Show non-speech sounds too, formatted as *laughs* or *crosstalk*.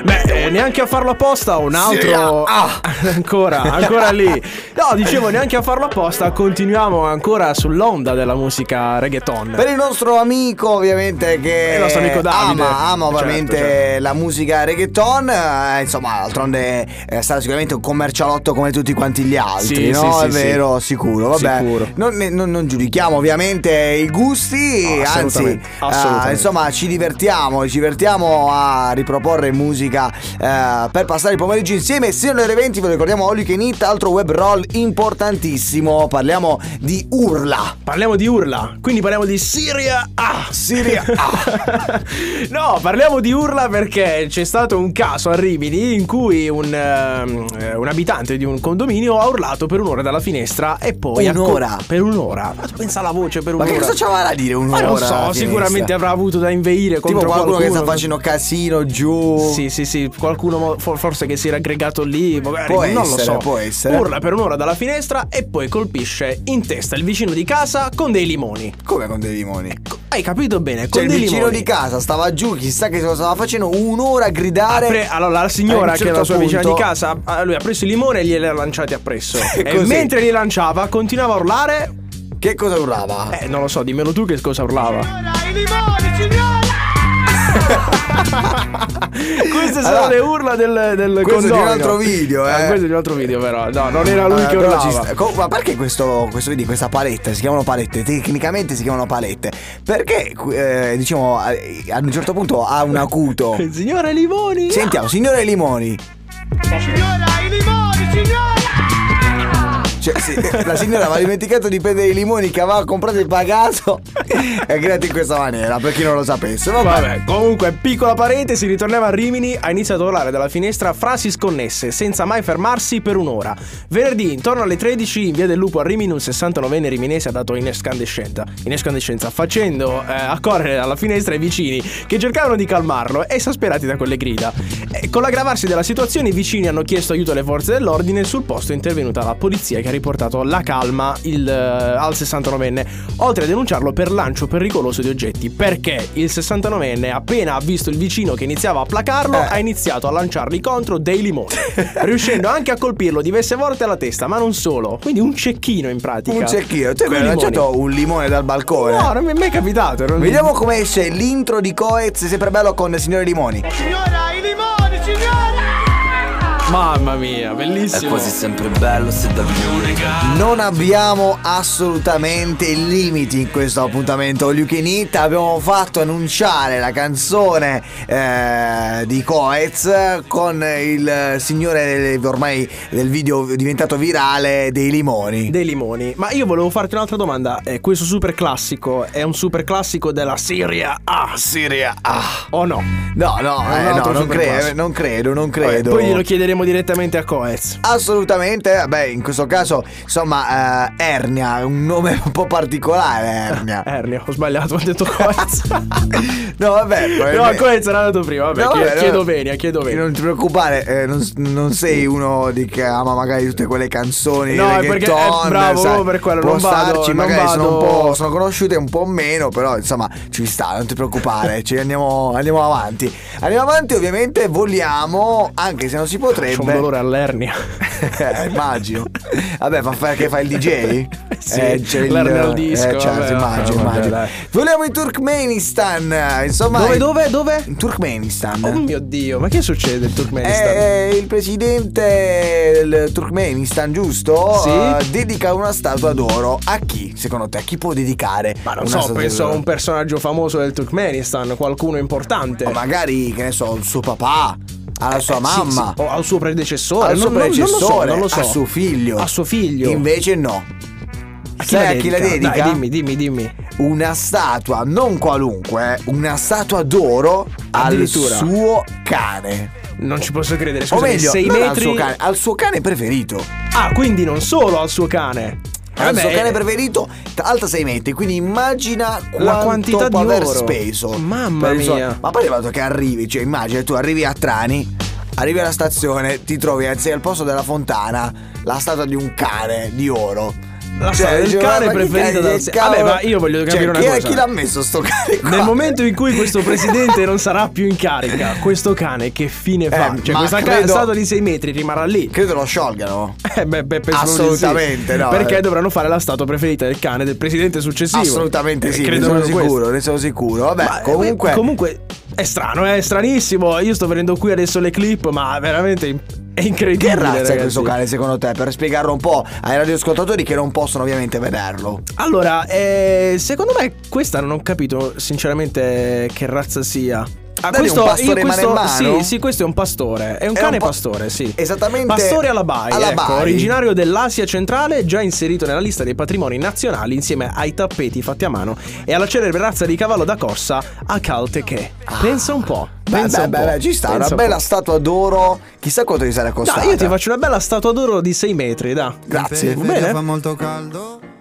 Beh, eh, neanche a farlo apposta, un altro. ah, *laughs* ancora, ancora lì. No, dicevo, neanche a farlo apposta. Continuiamo ancora sull'onda della musica reggaeton. Per il nostro amico, ovviamente, che Il nostro amico Davide. ama, Certo, ama ovviamente certo. la musica reggaeton. eh, insomma, d'altronde eh, sarà sicuramente un commercialotto come tutti quanti gli altri, Sì, no? sì, È sì, sì. vero, sicuro. Vabbè, Sicuro. Non, ne- non- non giudichiamo ovviamente i gusti, No, anzi, assolutamente, eh, assolutamente. insomma, ci divertiamo, ci divertiamo a riproporre musica eh, per passare il pomeriggio insieme. Se non le 20 vi ricordiamo All You Can Eat, altro web roll importantissimo. Parliamo di urla. Parliamo di urla, quindi parliamo di Siria A. *laughs* Siria A. *laughs* no, parliamo di urla perché c'è stato un caso a Rimini in cui un, ehm, eh, un abitante di un condominio ha urlato per un'ora dalla finestra e poi... ha co- Un'ora? per un'ora. Ma tu pensa alla voce per Ma un'ora. che cosa c'aveva da dire Ma un'ora? non alla so, finestra? sicuramente avrà avuto da inveire contro Tipo qualcuno, che sta qualcuno. facendo casino giù. Sì, sì, sì, qualcuno mo- for- forse che si era aggregato lì, magari Può non essere, lo so. può essere. Urla per un'ora dalla finestra e poi colpisce in testa il vicino di casa con dei limoni. Come con dei limoni? Hai capito bene? Cioè, Con il dei vicino limoni. di casa stava giù, chissà che cosa stava facendo, un'ora a gridare. Ha pre- allora, la signora A un che era certo la sua vicina di punto- casa, ah, lui ha preso il limone e gliel'ha lanciati *laughs* appresso. e Così. mentre li lanciava, continuava a urlare. Che cosa urlava? Eh, non lo so, dimmelo tu che cosa *laughs* urlava. Queste sono Allora, le urla del, del questo è di un condomino. altro video, eh. Questo è di un altro video, però. No, non era lui Allora, che Eh, però urlava. ci sta- co- ma perché questo, questo vedi, questa paletta? Si chiamano palette, tecnicamente si chiamano palette. Perché, eh, diciamo, a- ad un certo punto ha *laughs* un acuto. Il signore Limoni. Sentiamo, signore Limoni. Cioè, sì, *laughs* la signora aveva dimenticato di prendere i limoni che aveva comprato il pagato *laughs* e creati in questa maniera, per chi non lo sapesse. Vabbè. Vabbè, comunque, piccola parentesi, ritorniamo a Rimini, ha iniziato a urlare dalla finestra frasi sconnesse, senza mai fermarsi per un'ora. Venerdì, intorno alle 13, in via del Lupo a Rimini, un 69enne riminese ha dato in escandescenza, in escandescenza facendo eh, accorrere dalla finestra i vicini, che cercavano di calmarlo, esasperati da quelle grida. E con l'aggravarsi della situazione, i vicini hanno chiesto aiuto alle forze dell'ordine, sul posto è intervenuta la polizia che ha riportato la calma il, eh, al 69enne, oltre a denunciarlo per lancio pericoloso di oggetti, perché il 69enne, appena ha visto il vicino che iniziava a placarlo, Eh. ha iniziato a lanciargli contro dei limoni, *laughs* riuscendo anche a colpirlo diverse volte alla testa, ma non solo, quindi un cecchino in pratica. Un cecchino, tu Coi hai limoni. lanciato un limone dal balcone. No, non mi è mai capitato. non- eh? Vediamo come esce l'intro di Coez, sempre bello con Signore Limoni. Mamma mia, È bellissimo. quasi sempre bello se da unica Non abbiamo assolutamente limiti in questo appuntamento All You Can Eat. Abbiamo fatto annunciare la canzone eh, di Coez con il signore ormai del video diventato virale dei limoni. Dei limoni. Ma io volevo farti un'altra domanda. Eh, questo super classico è un super classico della Siria A Siria, ah. o no? No, no, Un eh, no, altro non, superclassico. cre- non credo, non credo. Poi glielo chiederemo direttamente a Coez. Assolutamente, beh, in questo caso, insomma, eh, Ernia, un nome *laughs* un po' particolare, *laughs* Ernia. Ernio, ho sbagliato, ho detto Coez. No, *laughs* vabbè, no, Coez era andato prima. Vabbè, No, chie- vabbè, no. chiedo bene, chiedo bene. Non ti preoccupare, eh, non, non sei uno di che ama magari tutte quelle canzoni No, è reggaeton, perché- eh, bravo, sai, per quello, può non vado, starci, non magari sono un vado. po' sono conosciute un po' meno, però insomma, ci sta, non ti preoccupare, ci andiamo, andiamo avanti. Andiamo avanti, ovviamente vogliamo, anche se non si C'ho un *laughs* potrebbe, dolore all'ernia. Eh, immagino. Vabbè, fa fare che fa il DJ? *laughs* Sì, l'ernia al disco, eh, certo, vabbè, immagino, vabbè, immagino. dai. Vogliamo in Turkmenistan, eh, insomma. Dove, in- dove, dove? In Turkmenistan. Oh mio dio, ma che succede in Turkmenistan? Eh, eh, il presidente del Turkmenistan, giusto? Sì. Eh, dedica una statua d'oro a chi? Secondo te, a chi può dedicare? ma non una so, statua penso a d'oro? un personaggio famoso del Turkmenistan, qualcuno importante. O magari, che ne so, al suo papà, alla sua Eh, sì, Oh, mamma. Ah, sì, o al suo predecessore, Al suo non- non- non lo so, predecessore, non lo so. a suo figlio. A suo figlio. Invece no. A chi Sai la a chi la dedica? dedica? Dai, dimmi, dimmi, dimmi. una statua, non qualunque, eh, una statua d'oro al Addirittura. suo cane. Non ci posso credere, o scusami, meglio, 6 non metri. al suo cane, al suo cane preferito. Ah, quindi non solo al suo Eh, cane. Al Vabbè, suo cane preferito, tra- alta 6 metri, quindi immagina quanto quantità di può aver oro. speso. Mamma per il suo- mia. Ma poi è arrivato che arrivi, cioè immagina tu arrivi a Trani, arrivi alla eh, stazione, ti trovi anziché al posto della fontana la statua di un cane di oro. la storia del guarda cane che preferita cazzo da di cavolo. Vabbè, ma io voglio Cioè, capire una chi è- cosa. Chi l'ha messo sto cane qua? Nel momento in cui questo presidente non sarà più in carica, questo cane che fine fa? Eh, cioè, ma questa credo- statua di 6 metri rimarrà lì. *laughs* Credo lo sciolgano. Eh, beh, beh, penso proprio di sì. Assolutamente, no, Perché eh. dovranno fare la statua preferita del cane del presidente successivo. Assolutamente Eh, sì, ne credo sono proprio questo. sicuro, ne sono sicuro. Vabbè, Ma, eh, comunque, comunque è strano, eh, è stranissimo. Io sto vedendo qui adesso le clip, ma veramente è incredibile. che razza ragazzi. è questo cane secondo te? Per spiegarlo un po' ai radioascoltatori che non possono ovviamente vederlo. Allora, eh, secondo me questa non ho capito sinceramente che razza sia. Ah, Dai, un pastore questo, maremmano? sì, sì, questo è un pastore. È un È cane un pa- pastore, sì. Esattamente Pastore alabai, alla ecco, Bari. originario dell'Asia centrale, già inserito nella lista dei patrimoni nazionali insieme ai tappeti fatti a mano e alla celebre razza di cavallo da corsa Akal Teke. Pensa un po'. Ah. Beh, pensa beh, un po', beh, beh, ci sta, pensa una un bella po'. statua d'oro. Chissà quanto gli sarà costata. Dai, io ti faccio una bella statua d'oro di 6 metri, da. Grazie. Bene? Fa molto caldo.